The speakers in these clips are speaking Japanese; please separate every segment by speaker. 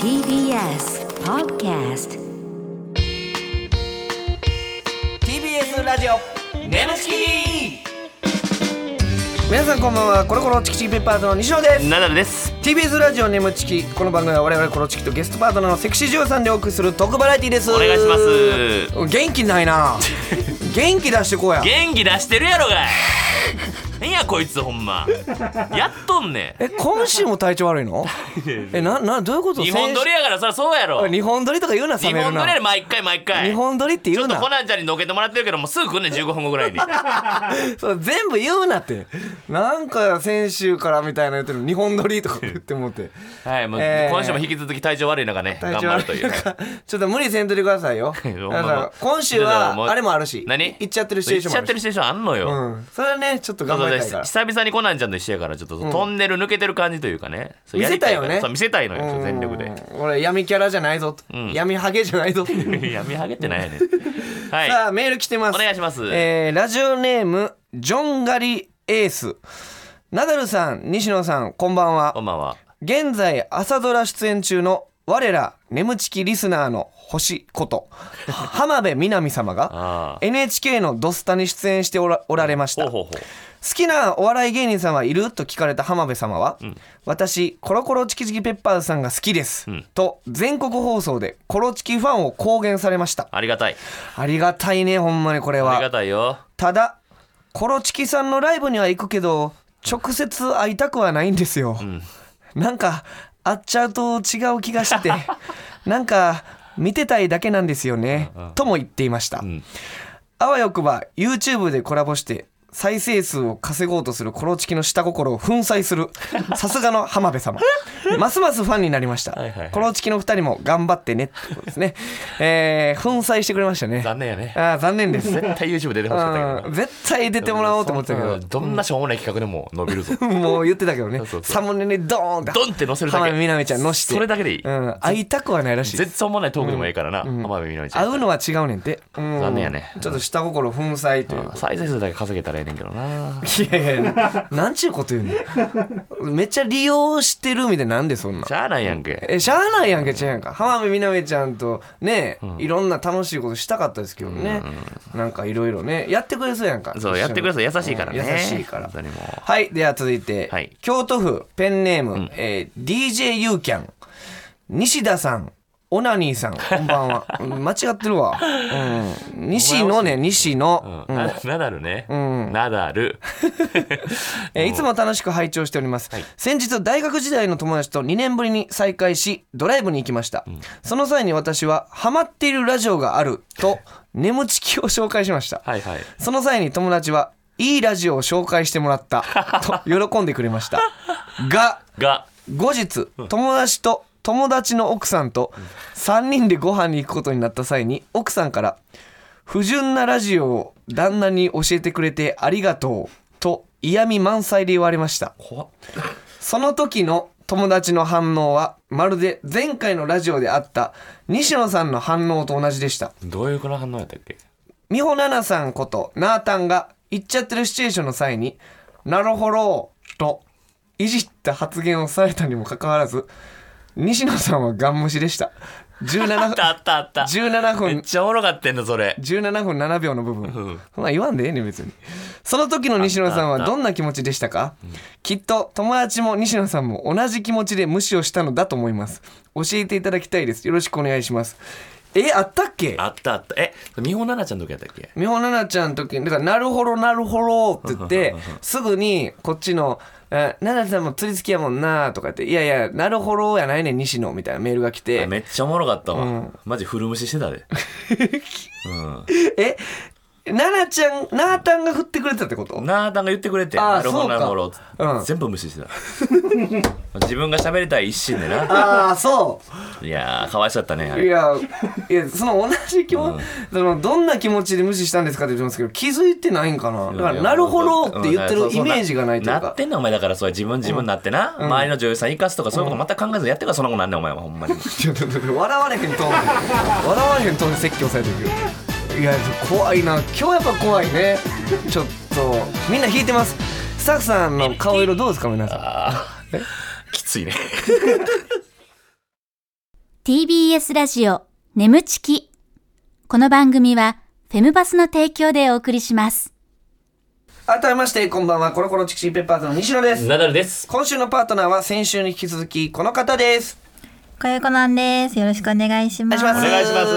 Speaker 1: TBS Podcast
Speaker 2: TBS ラジオ
Speaker 3: ムチ
Speaker 2: 皆さんこんばんはコロコロチキチキペッパーズの西野で
Speaker 3: キ
Speaker 2: す
Speaker 3: ナダルです
Speaker 2: TBS ラジオネムチキこの番組は我々コロチキとゲストパートナーのセクシージュさんでお送りする特バラエティです
Speaker 3: お願いします
Speaker 2: 元気ない な元気出してこうや
Speaker 3: 元気出してるやろがいなんやこいつほんまやっとんね
Speaker 2: え今週も体調悪い のえななどういうこと
Speaker 3: ん日本撮りやからそりゃそうやろ
Speaker 2: 先週日本撮りとか言うな冷
Speaker 3: 日
Speaker 2: める
Speaker 3: 本撮りや
Speaker 2: な
Speaker 3: で毎回毎回
Speaker 2: 日本撮りって
Speaker 3: ち
Speaker 2: 言
Speaker 3: ょ
Speaker 2: う
Speaker 3: っと
Speaker 2: な
Speaker 3: コナンちゃんにのけてもらってるけどもうすぐ来んねん15分後ぐらいに
Speaker 2: そう全部言うなってなんか先週からみたいな言ってるの日本撮りとか言ってもって
Speaker 3: はいもう
Speaker 2: えー
Speaker 3: 今週も引き続き体調悪い中ね
Speaker 2: 体
Speaker 3: 頑
Speaker 2: 調
Speaker 3: 張
Speaker 2: 悪
Speaker 3: る
Speaker 2: い
Speaker 3: という
Speaker 2: 中ちょっと無理せんといてください よ
Speaker 3: ほんま
Speaker 2: だから今週
Speaker 3: だからもう
Speaker 2: はあれもあるし
Speaker 3: 何
Speaker 2: 行っちゃってるシチュエーションも
Speaker 3: 行
Speaker 2: あ
Speaker 3: っちゃ
Speaker 2: る
Speaker 3: ってるシチュエーションあんのよ、
Speaker 2: うんそれはねちょっと
Speaker 3: そ
Speaker 2: 頑張
Speaker 3: うそうで
Speaker 2: りたいから
Speaker 3: 久々にコナンちゃんと一緒やからちょっとトンネル抜けてる感じというかね、そう
Speaker 2: 見
Speaker 3: や
Speaker 2: せ
Speaker 3: り
Speaker 2: た
Speaker 3: い
Speaker 2: い
Speaker 3: か
Speaker 2: よ
Speaker 3: ら
Speaker 2: ね
Speaker 3: そう見せたいのよ
Speaker 2: うん
Speaker 3: 全力で
Speaker 2: 俺闇キャラじゃないぞと
Speaker 3: ん
Speaker 2: 闇ハゲじゃないぞ
Speaker 3: い や見はげてないやねんはい
Speaker 2: さあメール来てます
Speaker 3: お願いします
Speaker 2: えーラジオネームジョンガリエースナダルさん西野さんこんばんは
Speaker 3: こんばんは
Speaker 2: 現在朝ドラ出演中の我ら眠ちきリスナーの星 こと浜辺美波様
Speaker 3: あ
Speaker 2: が NHK の「ドスタ」に出演しておらおられまし
Speaker 3: ほう
Speaker 2: た
Speaker 3: ほうほう
Speaker 2: 好きなお笑い芸人さんはいると聞かれた浜辺様は、私コロコロチキチキペッパーズさんが好きです、
Speaker 3: ん
Speaker 2: と全国放送でコロチキファンを公言されました
Speaker 3: ありがたい
Speaker 2: ありがたいねほんまにこれ
Speaker 3: ありが
Speaker 2: は
Speaker 3: たいよ
Speaker 2: ただコロチキさんのライブには行くけど直接会いたくはないんですよ、なんか会っちゃうと違う気がして なんか見てたいだけなんですよね、とも言っていました、
Speaker 3: ん
Speaker 2: あわよくば YouTube でコラボして再生数を稼ごうとするコロチキの下心を粉砕するさすがの浜辺 様ますますファンになりました
Speaker 3: はいはいはい
Speaker 2: コロチキの2人も頑張ってねってことですねえー粉砕してくれましたね
Speaker 3: 残念やね
Speaker 2: あー残念です
Speaker 3: 絶対 YouTube 出てほしかったけど
Speaker 2: うん
Speaker 3: な
Speaker 2: 絶対出てもらおうと思ってたけ
Speaker 3: そ
Speaker 2: ど
Speaker 3: んなどんなしょうもない企画でも伸びるぞ
Speaker 2: もう言ってたけどね
Speaker 3: そうそうそう
Speaker 2: サムネにドーンって
Speaker 3: ドンって載せるだ
Speaker 2: 浜
Speaker 3: け
Speaker 2: 辺美波ちゃんのして
Speaker 3: それだけでいい
Speaker 2: うん、会いたくはないらしい
Speaker 3: 絶対思わないトークでもいいからな浜辺美波ちゃ
Speaker 2: 会
Speaker 3: ん
Speaker 2: うのは違うねんて、うん
Speaker 3: 残念やね
Speaker 2: ちょっと下心粉砕という
Speaker 3: うん再生数だけ稼げたらええねんけどない
Speaker 2: やいやなんちゅうこと言う のめっちゃ利用してるみたいなんでそんな
Speaker 3: しゃあないやんけ
Speaker 2: えしゃあないやんけちゃうやんか浜辺美波ちゃんとね、いろんな楽しいことしたかったですけどね、なんかいろいろねやってくれそうやんか
Speaker 3: そうやってくれそう優しいからね
Speaker 2: うん優しいから
Speaker 3: 本当にもう
Speaker 2: はい。では続いて、
Speaker 3: はい
Speaker 2: 京都府ペンネーム、えー DJ ユーキャン、西田さん、オナニーさん、こんばんは。 うん間違ってる わ。うん、西野ね、西野。
Speaker 3: うんあナダルね
Speaker 2: ん
Speaker 3: ナダル
Speaker 2: えーいつも楽しく拝聴しております、
Speaker 3: はい
Speaker 2: 先日大学時代の友達と2年ぶりに再会しドライブに行きました、その際に私はハマっているラジオがあると眠ちきを紹介しました
Speaker 3: はいはい
Speaker 2: その際に友達は、いいラジオを紹介してもらった、と喜んでくれました。が、
Speaker 3: が
Speaker 2: 後日、友達と、友達の奥さんと、3人でご飯に行くことになった際に、奥さんから、不純なラジオを旦那に教えてくれてありがとう、と嫌味満載で言われました。
Speaker 3: 怖っ
Speaker 2: その時の友達の反応は、まるで前回のラジオであった、西野さんの反応と同じでした。
Speaker 3: どういうこの反応やったっけ
Speaker 2: 美穂奈々さんことなあたんが言っちゃってるシチュエーションの際に「なるほど」といじった発言をされたにもかかわらず西野さんはガン無視でした
Speaker 3: あ
Speaker 2: 17
Speaker 3: ったあったあった
Speaker 2: 分17
Speaker 3: めっ
Speaker 2: 分
Speaker 3: ちゃおもろかったんだそれ
Speaker 2: 17分7秒の部分、
Speaker 3: ん
Speaker 2: まあ言わんでええねん別にその時の西野さん
Speaker 3: あ
Speaker 2: は
Speaker 3: ったあった
Speaker 2: どんな気持ちでしたか、きっと友達も西野さんも同じ気持ちで無視をしたのだと思います教えていただきたいですよろしくお願いしますえあったっけ
Speaker 3: あったあったえ美穂奈々ちゃんの時やったっけ
Speaker 2: 美穂奈々ちゃんの時にだから「なるほどなるほど」って言って すぐにこっちの「え奈々ちゃんも釣り好きやもんな」とか言って「いやいやなるほどやないねん西野」みたいなメールが来て
Speaker 3: めっちゃおもろかったわ、マジ古虫してたでうん
Speaker 2: え奈々ちゃんなあたんが振ってくれてたって こと
Speaker 3: なあたんが言ってくれて
Speaker 2: あー
Speaker 3: なるほ
Speaker 2: そう
Speaker 3: ど
Speaker 2: か
Speaker 3: なるほど、
Speaker 2: うん
Speaker 3: 全部無視してた自分が喋りたい一心でな
Speaker 2: ああそ
Speaker 3: いやーかわいそうだったねあ
Speaker 2: うい
Speaker 3: れ
Speaker 2: やいやその同じ気持ち、そのどんな気持ちで無視したんですかって言ってますけど気づいてないんかなだから「なるほど」って言って
Speaker 3: う
Speaker 2: る
Speaker 3: ん
Speaker 2: イメージがないという
Speaker 3: なっ
Speaker 2: か
Speaker 3: てんねんお前だからそれ自分自分になってな、周りの女優さん生かすとかそういうこと全く考えずやってるからそんなことなんねんお前はほんまに
Speaker 2: ちょっと待って笑われへんと思う笑われへんと思う説教されてるけどいや怖いな今日やっぱ怖いねちょっとみんな引いてますスタッフさんの顔色どうですか皆さん
Speaker 3: あー
Speaker 4: きついね
Speaker 5: TBS ラジオ眠ちき。この番組はフェムバスの提供でお送りします。
Speaker 2: 改めましてこんばんはコロコロチキシーペッパーズの西野です
Speaker 3: ナダルです。
Speaker 2: 今週のパートナーは先週に引き続きこの方です
Speaker 6: かゆこなんです。よろしくお願いします。
Speaker 2: お願いします
Speaker 3: お願い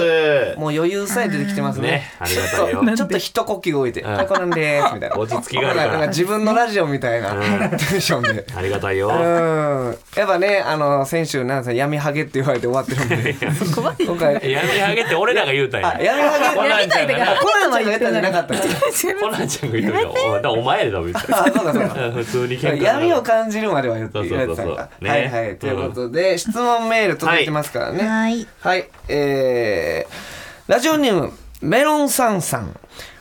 Speaker 3: します。
Speaker 2: もう余裕さえ出てきてますね
Speaker 3: ねありがたい
Speaker 2: ちょ
Speaker 3: よ
Speaker 2: っとちょっと一呼吸置いて「
Speaker 3: ん
Speaker 2: ここなんです」みたいな
Speaker 3: 落ち着きがあるから
Speaker 2: なんか自分のラジオみたいなテンションで
Speaker 3: ありがたいよ。
Speaker 2: うんやっぱねあの先週なんせ闇ハゲって言われて終わってるん で今回
Speaker 3: やめあげて俺らが言うたん
Speaker 2: あ
Speaker 3: や。
Speaker 2: 闇ハ
Speaker 3: コ
Speaker 2: ゲ
Speaker 3: ナンちゃんがな
Speaker 2: コナンは言ったんじゃなか った
Speaker 3: コナンちゃんが言うたんや。お前だからお前だ別
Speaker 2: あそうだそうだ
Speaker 3: に。普通に喧嘩
Speaker 2: 闇を感じるまでは言って
Speaker 3: そう
Speaker 2: 言わ
Speaker 3: そ
Speaker 2: れて
Speaker 3: うそう
Speaker 2: た
Speaker 3: そうん
Speaker 2: だ。
Speaker 3: ね
Speaker 2: はいはい。ということで、質問メール届いてますからね。
Speaker 6: はい。
Speaker 2: はい。えー、ラジオネーム、メロンさんさん。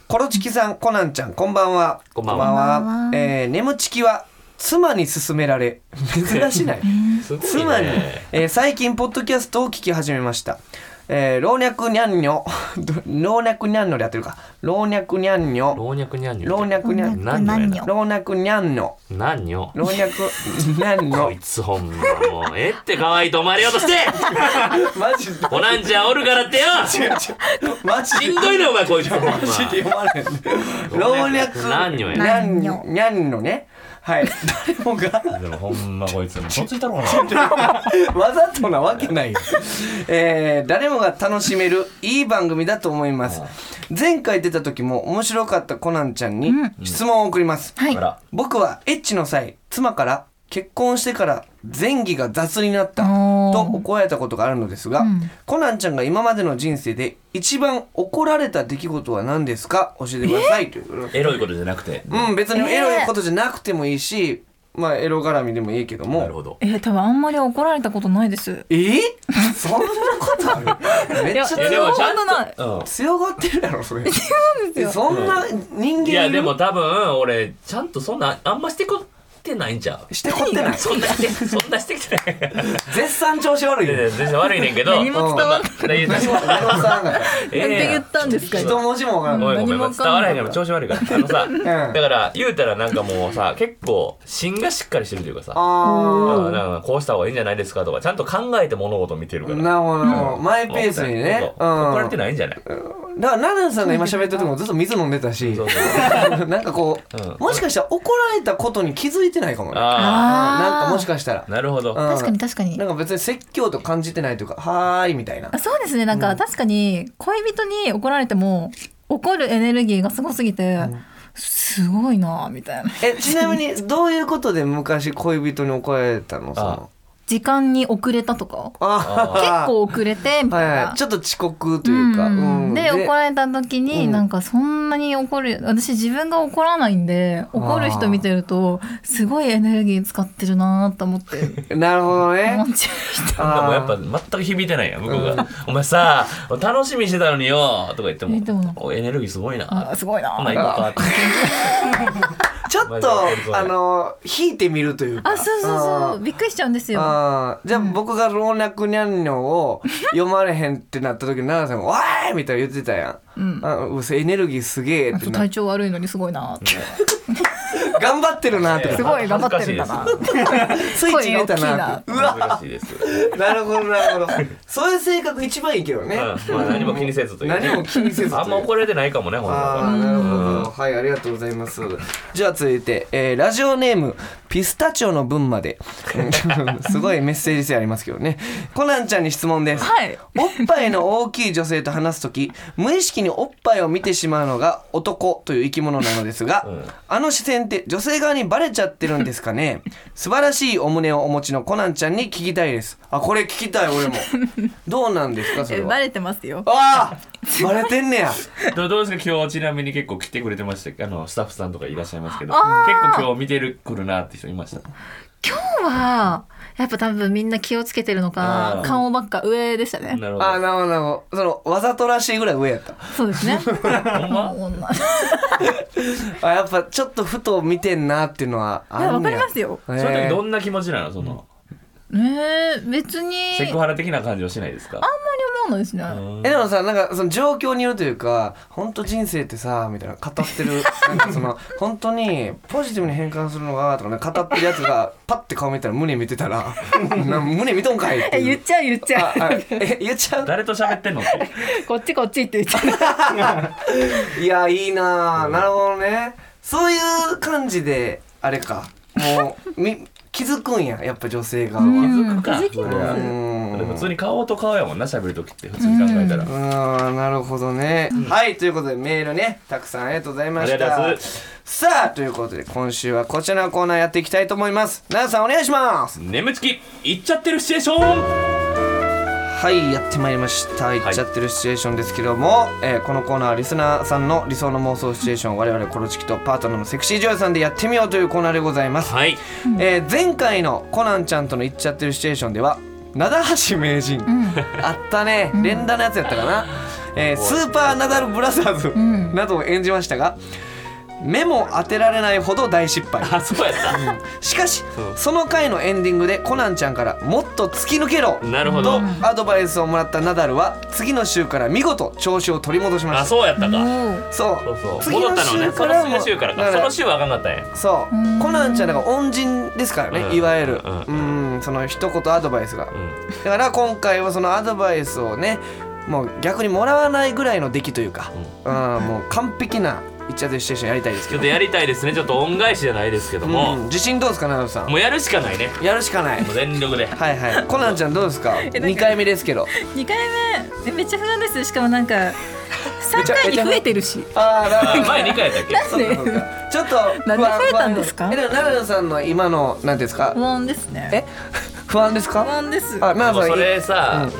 Speaker 2: コロチキさん、コナンちゃん、こんばんは。
Speaker 3: こんばんは
Speaker 2: えー、眠チキは、妻に勧められ、珍しない。
Speaker 3: すごいね
Speaker 2: 妻に、えー最近ポッドキャストを聞き始めました、えー老若にゃんにょど 老若にゃんのでやってるか老若にゃんにょ
Speaker 3: 老若にゃんにょ。
Speaker 2: 老若にゃん
Speaker 3: 老若にゃんにょ
Speaker 2: 老若にゃんの
Speaker 3: なんにょ。
Speaker 2: 老若にゃん
Speaker 3: こ
Speaker 2: の
Speaker 3: いつほんまもうええって可愛いと思われようとして。
Speaker 2: マジで
Speaker 3: コナンちゃんおるからってよ。
Speaker 2: マジ
Speaker 3: しんどいねお前こいつほんま。
Speaker 2: で読まれへん老若
Speaker 3: なんにょや。
Speaker 2: にゃんにょにゃんのねはい誰もが
Speaker 4: でもほんまこいつもそついたろうな
Speaker 2: わざとなわけないよ、えー誰もが楽しめるいい番組だと思います前回出た時も面白かったコナンちゃんに質問を送ります、
Speaker 6: はい
Speaker 4: あ。ら
Speaker 2: 僕はエッチの際妻から結婚してから前儀が雑になった
Speaker 6: おー
Speaker 2: と怒られたことがあるのですが、コナンちゃんが今までの人生で一番怒られた出来事は何ですか教えてくださいということで
Speaker 4: エロいことじゃなくて
Speaker 2: うん別にエロいことじゃなくてもいいし、まあエロ絡みでもいいけども
Speaker 4: なるほど
Speaker 7: えー、多分あんまり怒られたことないです。
Speaker 2: えそんなことあるめっちゃ
Speaker 7: いや
Speaker 3: でもちゃん
Speaker 7: 本当ない
Speaker 3: と。うん
Speaker 2: 強がってるやろそ れそんな人間
Speaker 3: いや
Speaker 2: い
Speaker 3: で
Speaker 2: る
Speaker 3: も多分俺ちゃんとそんなあんましてこってないんちゃう
Speaker 2: してこって ない
Speaker 3: そんなしてそんなしてきてない
Speaker 2: 絶賛調子悪い
Speaker 3: いやい
Speaker 2: ね
Speaker 3: や全然悪いねんけど
Speaker 7: 何も伝わん
Speaker 3: そんな言うて
Speaker 2: 何も何もさんが
Speaker 3: ええやん
Speaker 7: なんて言ったんですか
Speaker 2: 一文字もわから
Speaker 3: お
Speaker 2: ないい
Speaker 3: ごめん
Speaker 7: 何もわかんなかった
Speaker 3: 伝わらへんから調子悪いからあのさ、だから言うたらなんかもうさ結構芯がしっかりしてるというかさ
Speaker 2: あ
Speaker 3: うんなんかこうした方がいいんじゃないですかとかちゃんと考えて物事を見てるか
Speaker 2: あ
Speaker 3: ら
Speaker 2: なるほどなるほどマイペースにね
Speaker 3: そううん怒られてないんじゃない、
Speaker 2: だからナナンさんが今喋っててもずっと水飲んでたし
Speaker 3: そうそ う
Speaker 2: なんかこ
Speaker 3: うん
Speaker 2: うもしかしたら怒られたことに気づいてないかもねうん
Speaker 3: あ
Speaker 2: なんかもしかしたら
Speaker 3: あなるほど、
Speaker 2: うん
Speaker 6: 確かに確かに
Speaker 2: な。んか別に説教と感じてないというかはーいみたいな
Speaker 7: あそうですね。なんか確かに恋人に怒られても怒るエネルギーがすごすぎて、すごいなあみたいな。
Speaker 2: えちなみにどういうことで昔恋人に怒られたのその
Speaker 7: 時間に遅れたとか
Speaker 2: あ
Speaker 7: 結
Speaker 2: ー
Speaker 7: 構遅れてみたいな。
Speaker 2: はいはい、ちょっと遅刻というか、
Speaker 7: うん
Speaker 2: うん
Speaker 7: で怒られた時に、
Speaker 2: うん
Speaker 7: なんかそんなに怒る私自分が怒らないんで怒る人見てるとすごいエネルギー使ってるなーと思って
Speaker 2: なるほど
Speaker 7: 思
Speaker 2: ね
Speaker 7: っちゃう人
Speaker 2: あ
Speaker 3: でも
Speaker 2: ー
Speaker 3: やっぱ全く響いてないやん向こうが「お前さ楽しみにしてたのによ」とか言って
Speaker 7: えでもな
Speaker 3: もおエネルギーすごいな
Speaker 7: あーすごいな
Speaker 3: ほ
Speaker 7: ー
Speaker 3: な行こうか
Speaker 2: ちょっ
Speaker 3: まあそう
Speaker 2: とあの引いてみるというか
Speaker 7: あそうそうそうびっくりしちゃうんですよ
Speaker 2: あーじゃあ僕が「老若にゃんにょ」を読まれへんってなった時に奈々 さんが「おーい!」みたいな言ってたやん、
Speaker 7: うん
Speaker 2: あうそエネルギーすげえってな
Speaker 7: 体調悪いのにすごいなーって
Speaker 2: 頑張ってるなって
Speaker 7: すごい頑張ってるんだな
Speaker 2: スイッチ入れたなって
Speaker 3: うわ難しいです、う ん
Speaker 2: なるほどなるほどそういう性格一番いいけどね、
Speaker 3: まあ、何も気にせずというね
Speaker 2: 何も気にせずという
Speaker 3: あんま怒られてないかもねほんま
Speaker 2: ああ、
Speaker 3: は
Speaker 2: なるほど。はい、ありがとうございます。じゃあ続いて、えーラジオネーム、ピスタチオの分まで。 すごいメッセージ性ありますけどね。コナンちゃんに質問です。
Speaker 7: はい
Speaker 2: おっぱいの大きい女性と話すとき、無意識におっぱいを見てしまうのが男という生き物なのですが、
Speaker 3: ん
Speaker 2: あの視線って女性側にバレちゃってるんですかね素晴らしいお胸をお持ちのコナンちゃんに聞きたいです。あ、これ聞きたい、俺も。どうなんですか、それ
Speaker 7: え
Speaker 2: は。
Speaker 7: バレてますよ
Speaker 2: ああバレてんねや。
Speaker 3: どう どうですか今日ちなみに結構来てくれてましたあのスタッフさんとかいらっしゃいますけど結構今日見てるくるなって人いました
Speaker 7: 今日はやっぱ多分みんな気をつけてるの
Speaker 3: あ
Speaker 7: か
Speaker 3: ー
Speaker 7: 顔ばっか上でしたね
Speaker 3: なるほ
Speaker 2: あー
Speaker 3: ど
Speaker 2: なるほどなるほどそのわざとらしいぐらい上やった
Speaker 7: そうですね
Speaker 3: ほんま
Speaker 7: もう女
Speaker 2: あやっぱちょっとふと見てんなっていうのはあ
Speaker 7: いや
Speaker 2: る
Speaker 7: わ
Speaker 2: んや
Speaker 7: かりますよ
Speaker 2: へ
Speaker 3: その時ど
Speaker 2: ー
Speaker 3: んな気持ちなのその
Speaker 7: ねえ別に
Speaker 3: セクハラ的な感じはしないですか
Speaker 7: あんまり思
Speaker 8: なんですね。
Speaker 2: えでもさなんかその状況によるというか本当人生ってさみたいな語って るなんかその本当にポジティブに変換するのがとかね語ってるやつがパッて顔見たら胸見てた らな胸見とんかいっていう
Speaker 8: ちゃう言っち
Speaker 2: ああえ言っちゃう
Speaker 3: 誰と喋ってんのって
Speaker 8: こっちこっちって言っちゃう。
Speaker 2: いやいいなあなるほどねそういう感じであれかもうみ気づくんややっぱ女性側は。
Speaker 3: 気
Speaker 2: う
Speaker 3: づくかそれは
Speaker 2: ん
Speaker 3: 普通に顔と顔やもんな喋る時って普通に考えたら
Speaker 2: うーんなるほどね、はいということでメールねたくさんありがとうございました
Speaker 3: ありがとうございます
Speaker 2: さあということで今週はこちらのコーナーやっていきたいと思います奈良さんお願いします
Speaker 3: 眠ちき行っちゃってるシチュエーション
Speaker 2: はいやってまいりました行っちゃってるシチュエーションですけども、えーこのコーナーはリスナーさんの理想の妄想シチュエーションを我々コロチキとパートナーのセクシー女優さんでやってみようというコーナーでございます、
Speaker 3: はい
Speaker 2: えー前回のコナンちゃんとの行っちゃってるシチュエーションでは灘橋名人、あったね連打のやつやったかな、えースーパーナダルブラザーズなどを演じましたが目も当てられないほど大失敗
Speaker 3: あそうやった
Speaker 2: しかしその回のエンディングでコナンちゃんから「もっと突き抜けろ!」
Speaker 3: なるほ
Speaker 2: と
Speaker 3: ど
Speaker 2: アドバイスをもらったナダルは次の週から見事調子を取り戻しま
Speaker 3: あ
Speaker 2: した
Speaker 3: そうやったか
Speaker 2: そう
Speaker 3: そうそう
Speaker 2: 次
Speaker 3: 戻っ
Speaker 2: の
Speaker 3: たのね
Speaker 2: 週
Speaker 3: そ
Speaker 2: か
Speaker 3: の
Speaker 2: ら
Speaker 3: 次の
Speaker 2: も
Speaker 3: 週から
Speaker 2: だ
Speaker 3: かその週はあかんかったんや
Speaker 2: そう、コナンちゃんだから恩人ですからね、
Speaker 3: うん
Speaker 2: いわゆる、う
Speaker 3: うん
Speaker 2: ん、その一言アドバイスが、
Speaker 3: うん
Speaker 2: だから今回はそのアドバイスをねもう逆にもらわないぐらいの出来というか、うんもう完璧な一チャシチュエーションやりたいです
Speaker 3: ち
Speaker 2: け
Speaker 3: ょっ
Speaker 2: ど
Speaker 3: と、やりたいですねちょっと恩返しじゃないですけど
Speaker 2: う
Speaker 3: も
Speaker 2: ん、自信どうですか奈良さ
Speaker 3: もうやるしかないね
Speaker 2: んやるしかない
Speaker 3: もう全力で
Speaker 2: はいはいコナンちゃんどうですか2回目ですけど
Speaker 7: 二回目えめっちゃ不安ですしかもなんか三回に増えてるし
Speaker 2: ああ なるほど
Speaker 3: 前2回やったっけ
Speaker 2: そうかそうかちょっと
Speaker 7: なんで増えたんですか
Speaker 2: 不安えでも奈良さんの今のなんていうんですか
Speaker 7: 不安ですね
Speaker 2: え不安ですか
Speaker 7: 不安です
Speaker 2: あ奈
Speaker 3: で
Speaker 2: 良さ
Speaker 3: もそ
Speaker 2: んい
Speaker 3: れさ、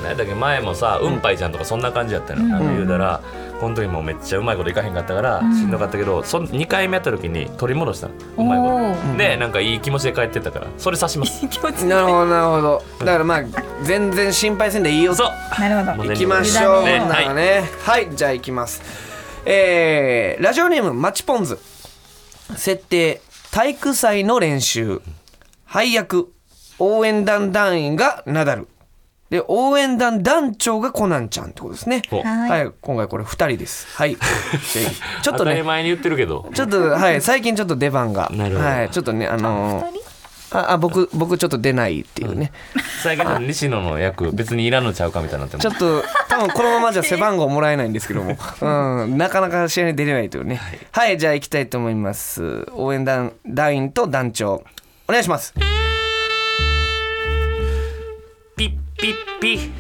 Speaker 3: なんだっけ前もさうんぱいちゃんとかそんな感じやったの、なんか言うたら、この時もうめっちゃうまいこといかへんかったからしんどかったけど、そん2回目やった時に取り戻したのうまいことでなんかいい気持ちで帰ってったからそれ刺します
Speaker 2: なるほどなるほどだからまあ全然心配せんでいいよ
Speaker 3: そう
Speaker 7: なるほど
Speaker 3: も
Speaker 2: 行
Speaker 3: う全力で
Speaker 2: きましょう、ね、
Speaker 3: ねはい
Speaker 2: は、ねはい、じゃあ行きますえーラジオネームマチポンズ設定体育祭の練習配役応援団団員がナダルで応援団団長がコナンちゃんってことですね
Speaker 3: お
Speaker 2: はい、今回これ二人ですはい ぜひちょっと
Speaker 3: 当たり
Speaker 2: ね
Speaker 3: 前に言ってる けど
Speaker 2: ちょっとはい最近ちょっと出番が
Speaker 3: なるほど
Speaker 2: はいちょっとねあのーああ僕僕ちょっと出ないっていうね、
Speaker 3: 最近の西野の役別にいらんのちゃうかみたいになって
Speaker 2: ちょっと多分このままじゃ背番号もらえないんですけども、うん、なかなか試合に出れないというね。はい、じゃあ行きたいと思います。応援団団員と団長お願いします。
Speaker 3: ピッピッピッ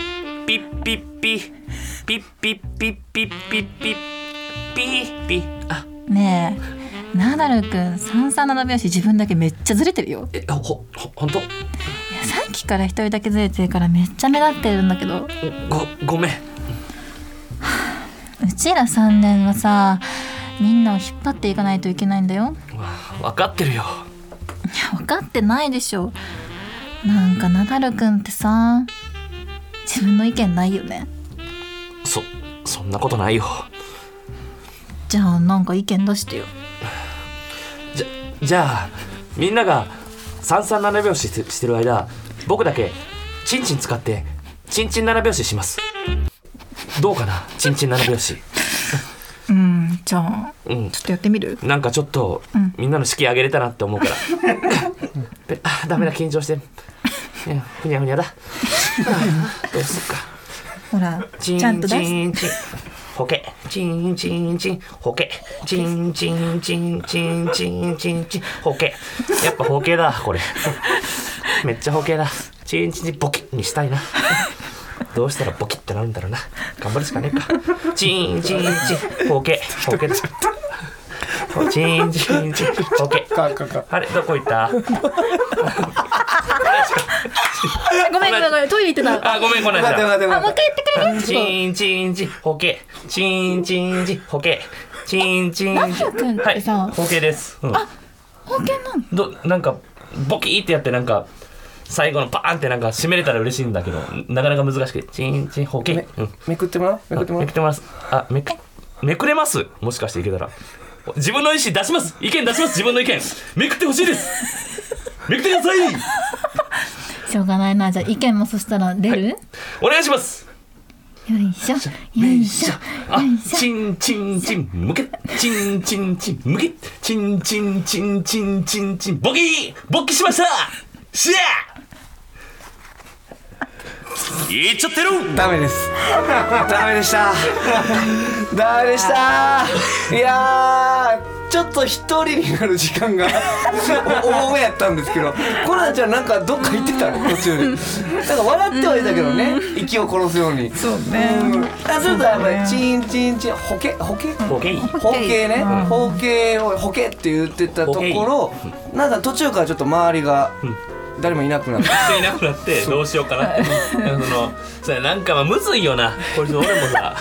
Speaker 3: ピッピッピッピッピッピッピッピッピッピッピッあ
Speaker 7: ねえナダルくん三三七拍子自分だけめっちゃずれてるよ
Speaker 3: えほほほんと
Speaker 7: いやさっきから一人だけずれてるからめっちゃ目立ってるんだけど
Speaker 3: ごごめん
Speaker 7: うちら3年はさみんなを引っ張っていかないといけないんだよ
Speaker 3: 分かってるよ
Speaker 7: いや分かってないでしょなんかナダルくんってさ自分の意見ないよね
Speaker 3: そそんなことないよ
Speaker 7: じゃあなんか意見出してよ
Speaker 3: じゃじゃあみんなが三三七拍子してしてる間僕だけチンチン使ってチンチン七拍子しますどうかなチンチン七拍子
Speaker 7: うんじゃあ
Speaker 3: うん
Speaker 7: ちょっとやってみる
Speaker 3: なんかちょっと、みんなの式上げれたなって思うからペ あダメだ緊張していやふにゃふにゃだあどうすっか
Speaker 7: ほら
Speaker 3: チ
Speaker 7: ちゃん
Speaker 3: ン
Speaker 7: と
Speaker 3: チ
Speaker 7: 出し
Speaker 3: ンチンホケチンチンチンホケチンチンチンチンチンチンチンホケやっぱホケだこれめっちゃホケだチンチンチンボキッにしたいなどうしたらボキッてなるんだろうな頑張るしかねえかチンチンチンホケホケだチンチンチンホケあれどこ行った
Speaker 8: ごめんごめんごめんトイレ行ってた。
Speaker 3: あごめんこない
Speaker 2: 待って待って待って。
Speaker 8: 回やってくれる？
Speaker 3: チンチンチンホケチンチンチンホケチンチンチン
Speaker 8: くんっ
Speaker 3: は
Speaker 8: て
Speaker 3: い
Speaker 8: さ
Speaker 3: ホケです、うん、あ
Speaker 8: 保険なの？
Speaker 3: どなんかボキーってやってなんか最後のパーンってなんか締めれたら嬉しいんだけどなかなか難しくてチンチンホケ、うん、
Speaker 2: めくってもらうめくっても
Speaker 3: め
Speaker 2: ら
Speaker 3: くってますあめくめくれますもしかしていけたら自分の意思出します意見出します自分の意見めくってほしいですめくってください
Speaker 8: しょうがないなじゃあ意見もそしたら出る？
Speaker 3: お願いします
Speaker 7: よいしょよいしょ
Speaker 3: あ、チンチンチン、むけ、チンチンチン、むけ、チンチンチンチンチンチン、ボキー勃起しましたしゃーいっちゃってる
Speaker 2: ダメです。ダメでした。ダメでした。いやー、ちょっと一人になる時間がお多めやったんですけど、コナンちゃんなんかどっか行ってたの途中で。なんか笑ってはいたけどね、息を殺すように。そうね。あ、そうだ、やっぱりチンチンチン、ホケ、ホケ。
Speaker 9: ボケいい
Speaker 2: 包茎ね包茎をホケって言ってたところなんか途中からちょっと周りが誰もいなくなって
Speaker 3: 人いなくなってどうしようかな ってそのそれなんかまあむずいよなこれ俺も さ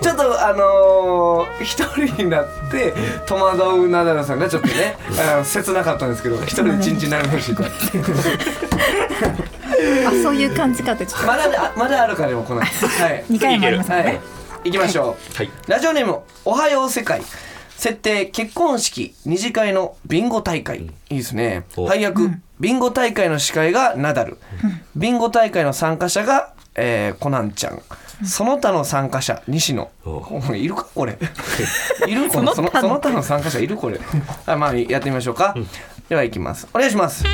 Speaker 2: ちょっとあのー、一人になって戸惑うナダルさんがちょっとねあの切なかったんです けど一人でチンチン並べました
Speaker 10: あそういう感じかってちょっと
Speaker 2: まだ あまだあるかでも来ないはい、
Speaker 10: 2回もありますから
Speaker 2: はい
Speaker 10: ね、
Speaker 2: 行きましょう、
Speaker 3: はい
Speaker 2: ラジオネーム「おはよう世界」設定結婚式二次会のビンゴ大会、いいですね
Speaker 3: お
Speaker 2: 配役、ビンゴ大会の司会がナダル、ビンゴ大会の参加者が、えーコナンちゃんその他の参加者西野
Speaker 3: お
Speaker 2: お前いるか これいるこのそのその他の参加者いるこれあまあやってみましょうか、ではいきますお願いします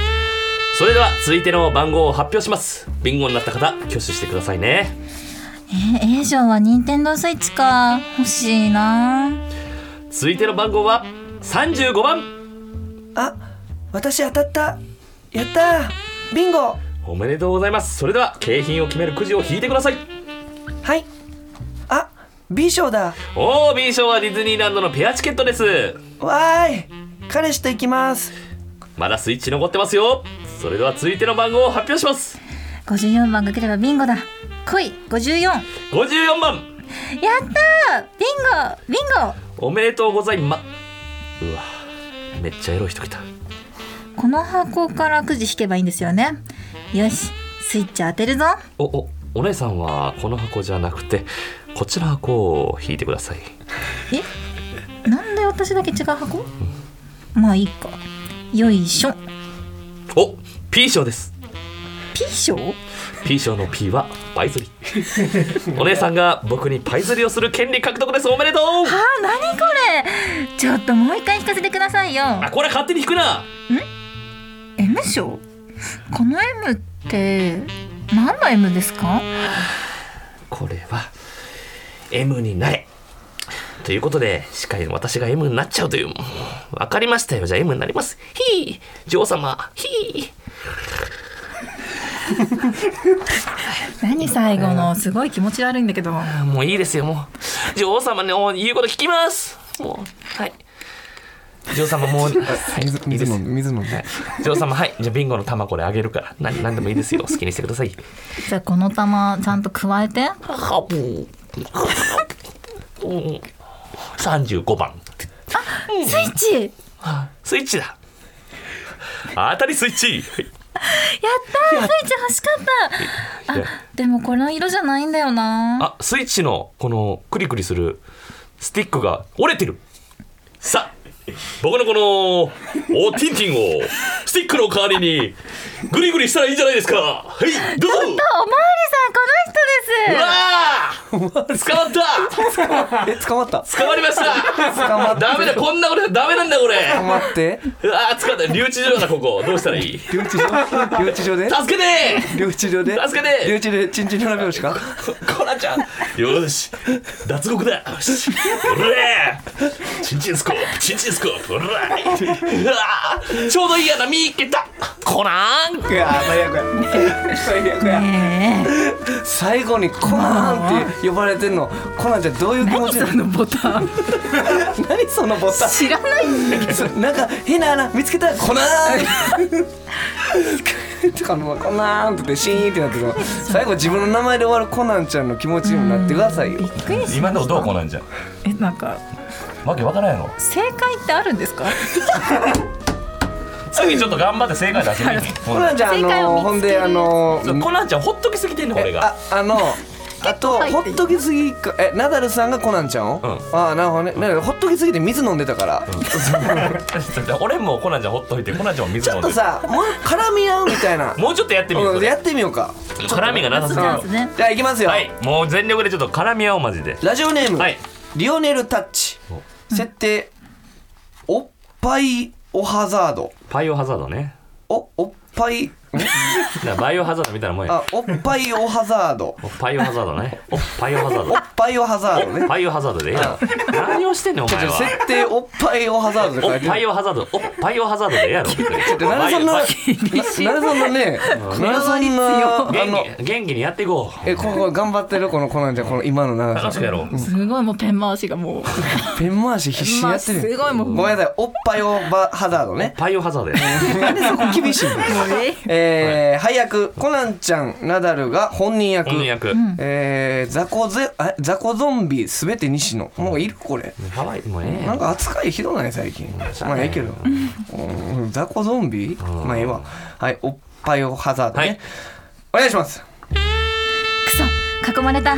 Speaker 3: それでは続いての番号を発表しますビンゴになった方挙手してくださいね
Speaker 7: え A 賞は任天堂スイッチか欲しいな
Speaker 3: 続いての番号は35番
Speaker 2: あ私当たったやったービンゴ
Speaker 3: おめでとうございますそれでは景品を決めるくじを引いてください
Speaker 2: はいあ B 賞だ
Speaker 3: おー B 賞はディズニーランドのペアチケットです
Speaker 2: わーい彼氏と行きます
Speaker 3: まだスイッチ残ってますよそれでは続いての番号を発表します
Speaker 7: 54番かければビンゴだ来い54やっ
Speaker 3: 54番
Speaker 7: たービンゴビンゴ
Speaker 3: おめでとうございますうわめっちゃエロい人来た
Speaker 7: この箱からくじ引けばいいんですよねよしスイッチ当てるぞ
Speaker 3: おおお姉さんはこの箱じゃなくてこちらの箱を引いてください
Speaker 7: なんで私だけ違う箱まあいいかよいしょ
Speaker 3: お P 賞です
Speaker 7: P 賞
Speaker 3: P 賞の P はパイ釣りお姉さんが僕にパイ釣りをする権利獲得ですおめでとう
Speaker 7: あ何これちょっともう一回聞かせてくださいよ
Speaker 3: あこれ勝手に引くな
Speaker 10: M 賞この M って何の M ですか
Speaker 3: これは M になれということで司会の私が M になっちゃうというもうわかりましたよじゃあ M になりますひい女王様ひい
Speaker 10: 何最後のすごい気持ち悪いんだけど
Speaker 3: あもういいですよもう女王様の言うこと聞きますもうはい女王様 もう、はい、いいです
Speaker 2: んで水飲ん
Speaker 3: はい女王様はいじゃあビンゴの玉これあげるからな何でもいいですよ好きにしてください
Speaker 10: じゃあこの玉ちゃんと加えて
Speaker 3: はぶん。三十五番。
Speaker 7: スイッチ
Speaker 3: スイッチだ。当たりスイッチ。
Speaker 7: やったースイッチ欲しかった
Speaker 3: いや
Speaker 7: あでもこの色じゃないんだよな
Speaker 3: あ、スイッチのこのクリクリするスティックが折れてる。さあ。僕のこのおティンティンをスティックの代わりにグリグリしたらいいんじゃないですかはいどうぞ
Speaker 7: おまわりさんこの人
Speaker 3: う
Speaker 7: です
Speaker 3: わー捕まった
Speaker 2: え捕まった
Speaker 3: 捕まりました
Speaker 2: 捕まった
Speaker 3: ダメだこんなことダメなんだこれ
Speaker 2: 捕まって
Speaker 3: うわー捕まった留置所だここどうしたらいい
Speaker 2: 留置場留置場で
Speaker 3: 助けて
Speaker 2: 留置場で
Speaker 3: 助けて
Speaker 2: 留置場でチンチン並べるしか
Speaker 3: コナちゃんよし脱獄だよしうらーチンチンスコープチンチンスコープうらーうわーちょうどいいやな見っけたコナン
Speaker 2: いやー最悪や最悪や最後にコナンって呼ばれてんのコナンちゃんどういう気持ちなの
Speaker 10: ボタン
Speaker 2: 何そのボタン
Speaker 10: 知らない
Speaker 2: そなんか変な穴見つけたコナンとかもう コナンって言ってシーンってなってる の最後自分の名前で終わるコナンちゃんの気持ちにもなってくださいよ
Speaker 3: 今のどうコナンじゃん
Speaker 10: えなんか
Speaker 3: わけわからんやろ
Speaker 10: 正解ってあるんですか
Speaker 3: さっきちょっと頑張って正解出せない
Speaker 2: コナンちゃんあ
Speaker 10: 正解を見つけ
Speaker 2: の
Speaker 10: る
Speaker 2: ほんであの
Speaker 3: コナンちゃんほっときすぎてんの俺が
Speaker 2: ああのあとほっときすぎかえナダルさんがコナンちゃんを、
Speaker 3: うん
Speaker 2: ああなるほどねなるほどほっときすぎて水飲んでたから、
Speaker 3: 俺もコナンちゃんほっといてコナンちゃんも水
Speaker 2: ちょ
Speaker 3: 飲ん
Speaker 2: っ
Speaker 3: で
Speaker 2: とさもう絡み合うみたいな
Speaker 3: もうちょっとやってみよう
Speaker 2: う
Speaker 3: そ
Speaker 2: んやっ
Speaker 3: れ
Speaker 2: てみようか
Speaker 3: 絡みがなさすぎ
Speaker 10: そう
Speaker 3: る
Speaker 10: ですね。
Speaker 2: じゃあいきますよ、
Speaker 3: はいもう全力でちょっと絡み合おうマジで
Speaker 2: ラジオネーム、
Speaker 3: はい
Speaker 2: リオネルタッチ設定、おっぱいおハザード
Speaker 3: バイオハザードね
Speaker 2: おおっぱいん
Speaker 3: だからバイオハザードみたいなもんや
Speaker 2: あおっぱいおハザー ド
Speaker 3: おっぱいオハザードねおっぱいオハザー
Speaker 2: おっぱいおハザード
Speaker 3: ド
Speaker 2: ね
Speaker 3: バイオハザードでええやろ何をしてんねんお
Speaker 2: ちょっ
Speaker 3: 前
Speaker 2: と
Speaker 3: は
Speaker 2: 設定おっぱいおハザードで
Speaker 3: お
Speaker 2: 書い
Speaker 3: ってぱい
Speaker 2: る
Speaker 3: オハザードおっぱいオハザードでええやろ別に
Speaker 2: で奈良さんの
Speaker 3: バ
Speaker 2: な
Speaker 3: イオ
Speaker 2: 奈良さんのね奈良さんのあの
Speaker 3: 元気元気にやっていこう
Speaker 2: えここ頑張ってるこのコナンちゃんこの今の奈良
Speaker 3: 楽し
Speaker 2: さ
Speaker 3: くやろう
Speaker 10: すごいもうペン回しがもう。
Speaker 2: んペン回し必死にやってる
Speaker 10: すごいも
Speaker 2: ごめんなさいおっぱいおばハザードね
Speaker 3: バイオハザードや
Speaker 2: なんでそこ厳しいのえー配役コナンちゃんナダルが本人役
Speaker 3: 本人役
Speaker 2: えー、ザコゼあザコゾンビすべて西野もういるこれ
Speaker 3: かわいいもうええや
Speaker 2: なん
Speaker 3: ん
Speaker 2: か扱いひどない最近
Speaker 3: しゃあ
Speaker 2: ま
Speaker 3: な
Speaker 2: あ
Speaker 3: い
Speaker 2: ええけどうんザコゾンビ
Speaker 3: ん
Speaker 2: まあええわはいおっぱいをハザード
Speaker 3: はい
Speaker 2: ねお願いします
Speaker 5: くそ囲まれた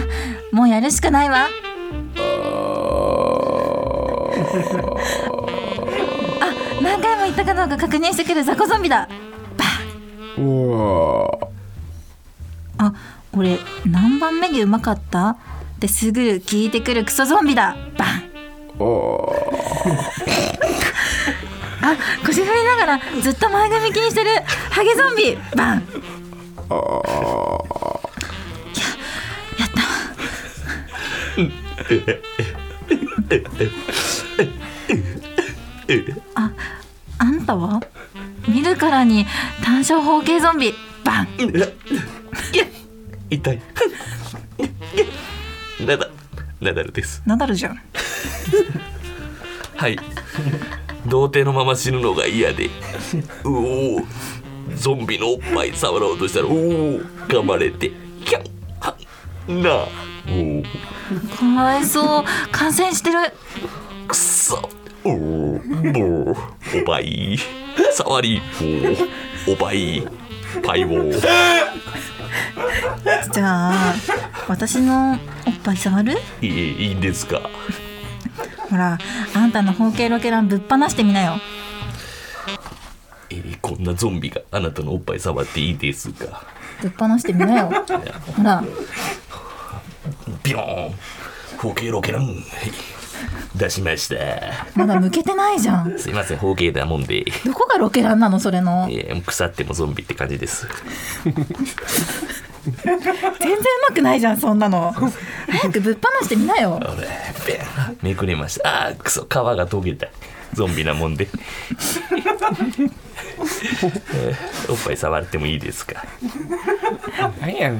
Speaker 5: もうやるしかないわあ何回も言ったかどうか確認してくるザコゾンビだバあ俺何番目にうまかったってすぐ聞いてくるクソゾンビだバン あ腰振りながらずっと前髪気にしてるハゲゾンビバンあんたは見るからに単勝方形ゾンビバン
Speaker 3: 痛いナダナダルです
Speaker 7: ナダルじゃん
Speaker 3: はい童貞のまま死ぬのが嫌でうおーゾンビのおっぱい触ろうとしたらうおー噛まれてキャンはなあおー
Speaker 7: かわいそう感染してる
Speaker 3: くそおーぼーおばい触りおーおばいパイを
Speaker 7: じゃあ私のおっぱい触る
Speaker 3: いいいいんですか
Speaker 7: ほらあんたの包茎ロケランぶっ放してみなよ
Speaker 3: えーこんなゾンビがあなたのおっぱい触っていいですか
Speaker 7: ぶっ放してみなよほら
Speaker 3: ビヨーン包茎ロケランはい出しました
Speaker 7: まだ抜けてないじゃん
Speaker 3: すいません包茎だもんで、
Speaker 7: どこがロケランなのそれの
Speaker 3: えー腐ってもゾンビって感じです
Speaker 7: 全然うまくないじゃんそんなの早くぶっ放してみなよ
Speaker 3: あれビヨーンめくれましたあーくそ皮が溶けたゾンビなもんで、 えーおっぱい触ってもいいですか
Speaker 2: 何やねん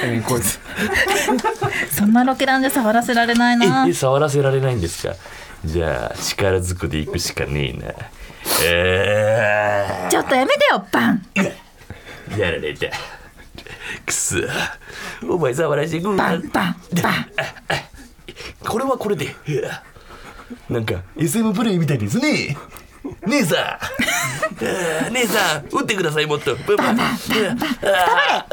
Speaker 2: 何やねんこいつ
Speaker 7: そんなロケランで触らせられないな
Speaker 3: ええ触らせられないんですかじゃあ力ずくで行くしかねえなえー
Speaker 7: ちょっとやめてよバン
Speaker 3: やられた。くそ。お前触らしてくんな
Speaker 7: バンバンバン
Speaker 3: これはこれで。うわなんか SM プレイみたいですね。姉さんあー姉さん打ってくださいもっとブンブンうんあーあ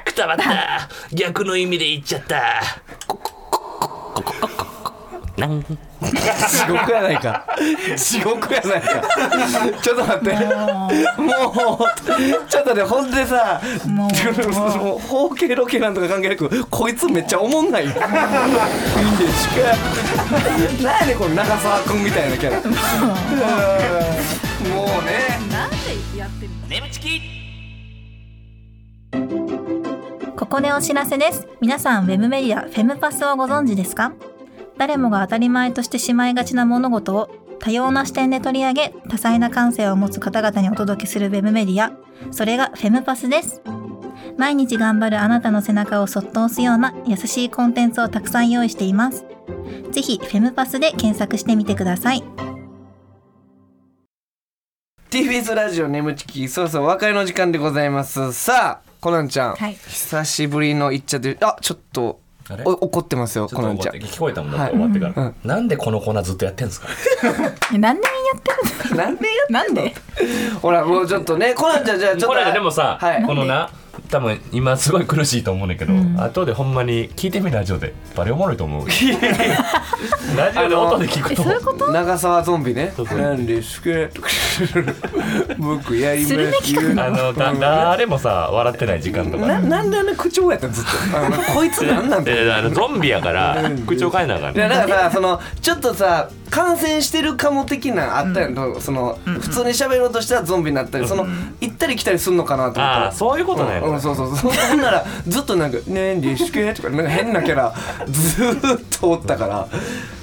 Speaker 3: ーくたばった逆の意味で言っちゃったここここここここなん
Speaker 2: 地獄やないか地獄やないかちょっと待ってもうちょっとねほんでさもう包茎ロケなんとか関係なくこいつめっちゃおもんないいいでしか何やねんこの長澤君みたいなキャラうんもうね
Speaker 7: ここでお知らせです。皆さん、ウェブメディア、フェムパスをご存知ですか誰もが当たり前としてしまいがちな物事を多様な視点で取り上げ、多彩な感性を持つ方々にお届けするウェブメディア、それがフェムパスです。毎日頑張るあなたの背中をそっと押すような優しいコンテンツをたくさん用意しています。ぜひ、フェムパスで検索してみてください。
Speaker 2: TBS ラジオ眠ちきそろそろお別れの時間でございますさあコナンちゃん、
Speaker 7: はい
Speaker 2: 久しぶりの言っちゃってあちょっと
Speaker 3: あれ
Speaker 2: お怒ってますよコナンちゃん
Speaker 3: 聞こえたもん
Speaker 2: だって
Speaker 3: 終わって
Speaker 2: からうん
Speaker 3: なんでこのコーナーずっとやってんですか
Speaker 10: 何年やってる
Speaker 2: なんで
Speaker 10: のなんで
Speaker 2: ほらもうちょっとねコナンちゃんじゃあちょっと
Speaker 3: これでもさ、
Speaker 2: はい
Speaker 3: このな多分今すごい苦しいと思うねんだけど、後でほんまに聞いてみラジオでバレおもろいと思うラジオで音で聞くと
Speaker 2: 長澤ゾンビね
Speaker 3: そうそう
Speaker 2: なんですけど 僕やります
Speaker 3: あのだ誰もさ笑ってない時間とか
Speaker 2: ななんであんな口調やったんずっとあのこいつなんなんだ
Speaker 3: えーあのゾンビやから口調変えなあかん
Speaker 2: い
Speaker 3: ね
Speaker 2: や
Speaker 3: ん
Speaker 2: なんかさそのちょっとさ感染してるかも的なあったやん、その、普通に喋ろうとしたらゾンビになったり、その行ったり来たりするのかなと思った
Speaker 3: あ
Speaker 2: ら
Speaker 3: あそういうことね、
Speaker 2: うんうんそうそうそうほんならずっとなんか「ねんりしけ」とかなんか変なキャラずーっとおったから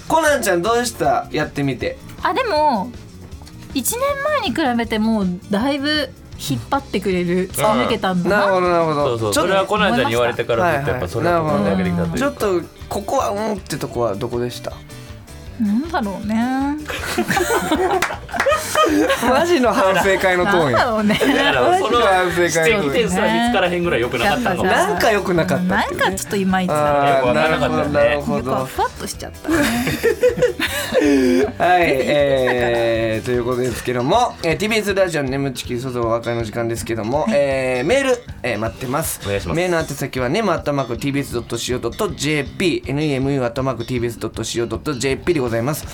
Speaker 2: コナンちゃんどうしたやってみて
Speaker 10: あでも1年前に比べてもうだいぶ引っ張ってくれる突き抜けたんだ
Speaker 2: なる
Speaker 10: な
Speaker 2: ほどなるほど
Speaker 3: そうそう
Speaker 2: ちょっ
Speaker 3: それは
Speaker 2: と
Speaker 3: コナンちゃんに言われてからずっとやっぱそれを考えてきたという
Speaker 2: ち
Speaker 3: か
Speaker 2: ょっとここはうんってとこはどこでした
Speaker 10: なんだろうね
Speaker 2: マジの反省会のトー
Speaker 10: なん
Speaker 2: ン
Speaker 10: だ
Speaker 2: や
Speaker 10: ろうね
Speaker 3: だからその
Speaker 2: なんか正解
Speaker 3: 指摘点すら見つからへんぐらい良くなかったのかも
Speaker 10: やっぱ
Speaker 2: なんか良くなかったっ
Speaker 10: なん
Speaker 2: ていうね
Speaker 10: かちょっといまいちだ
Speaker 2: あーなるほどなる
Speaker 10: な
Speaker 2: ほ
Speaker 10: んか
Speaker 2: ど
Speaker 10: ふわっとしちゃった
Speaker 2: はい、えー、ということですけども、えー、TBS ラジオの眠ちき外お別れの時間ですけども、えー、メール、えー、待ってます
Speaker 3: お願いします
Speaker 2: メールの宛先はねまったまく TBS.CO.JP nemu あたまく TBS.CO.JP でございます、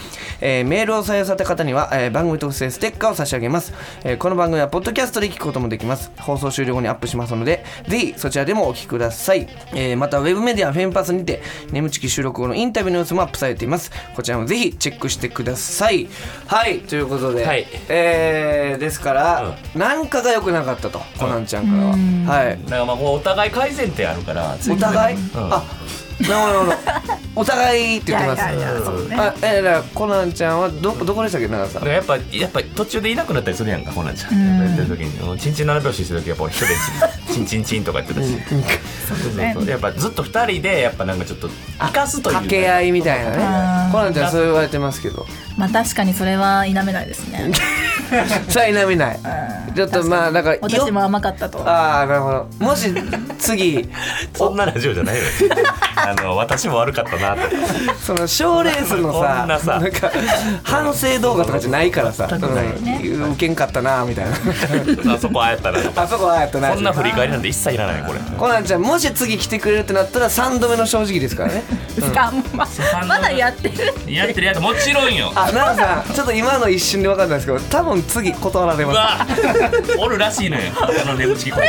Speaker 2: えー、メールを採用された方には、えー、番組特製ステッカーを差し上げます、えー、この番組はポッドキャストで聞くこともできます放送終了後にアップしますのでぜひそちらでもお聞きください、えー、またウェブメディアフェンパスにて眠ちき収録後のインタビューの様子もアップされていますこちらもぜひチェックしてくださいはいということで、
Speaker 3: はい
Speaker 2: えー、ですから、なんかが良くなかったとコナンちゃんからは、はい
Speaker 3: だからまあもうお互い改善点あるから
Speaker 2: お互い、
Speaker 3: ん
Speaker 2: あなるほどなるほどお互いって言ってますあえだからコナンちゃんはどどこでしたっけ長さん
Speaker 3: やっぱやっぱ途中でいなくなったりするやんかほなちゃんやってる時にうんチンチン並拍子してる時やっぱ一人でチンチンチンとかやってたしそうそうそうやっぱずっと二人でやっぱなんかちょっと生かすというか
Speaker 2: 掛け合いみたいなねコナンちゃんそう言われてますけど
Speaker 10: まあ確かにそれは否めないです ね
Speaker 2: それは否めないちょっとまあだから
Speaker 10: 私も
Speaker 2: よ
Speaker 10: 甘かったと
Speaker 2: ああなるほどもし 次
Speaker 3: そんなラジオじゃないよあの私も悪かったなって
Speaker 2: その賞レースの
Speaker 3: こ
Speaker 2: さ
Speaker 3: んなさ
Speaker 2: んか反省動画とかじゃないからさ、うん、受けんかったなみ たいな
Speaker 3: あそこああやったらこ
Speaker 2: あそこはやったなみた
Speaker 3: ん
Speaker 2: いな
Speaker 3: な振り返りなんて一切いらないこれ
Speaker 2: コナンちゃんもし次来てくれるってなったら3度目の正直ですからね
Speaker 10: あままだやってる
Speaker 3: やってるやつもちろんよ
Speaker 2: あ奈々さんちょっと今の一瞬で分かんないですけど多分次断られ
Speaker 3: う
Speaker 2: ま
Speaker 3: わおるらしいのよあの出口聞こ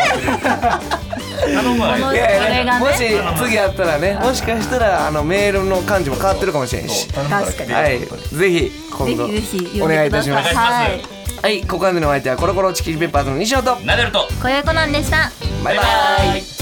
Speaker 3: え頼むわよ
Speaker 2: すい
Speaker 10: それがね
Speaker 2: もし次あったらねもしかしたらあのメールの感じも変わってるかもしれんし
Speaker 10: 確かに
Speaker 2: はいぜひ今度
Speaker 10: ぜひぜひ
Speaker 2: お願いいたしま
Speaker 10: 呼んでく
Speaker 2: す
Speaker 10: ださい
Speaker 3: お願いし
Speaker 2: はいここまでのお相手はコロコロチキチキペッパーズの西野と
Speaker 3: ナデルと
Speaker 7: 小籔なんでした
Speaker 2: バイバイ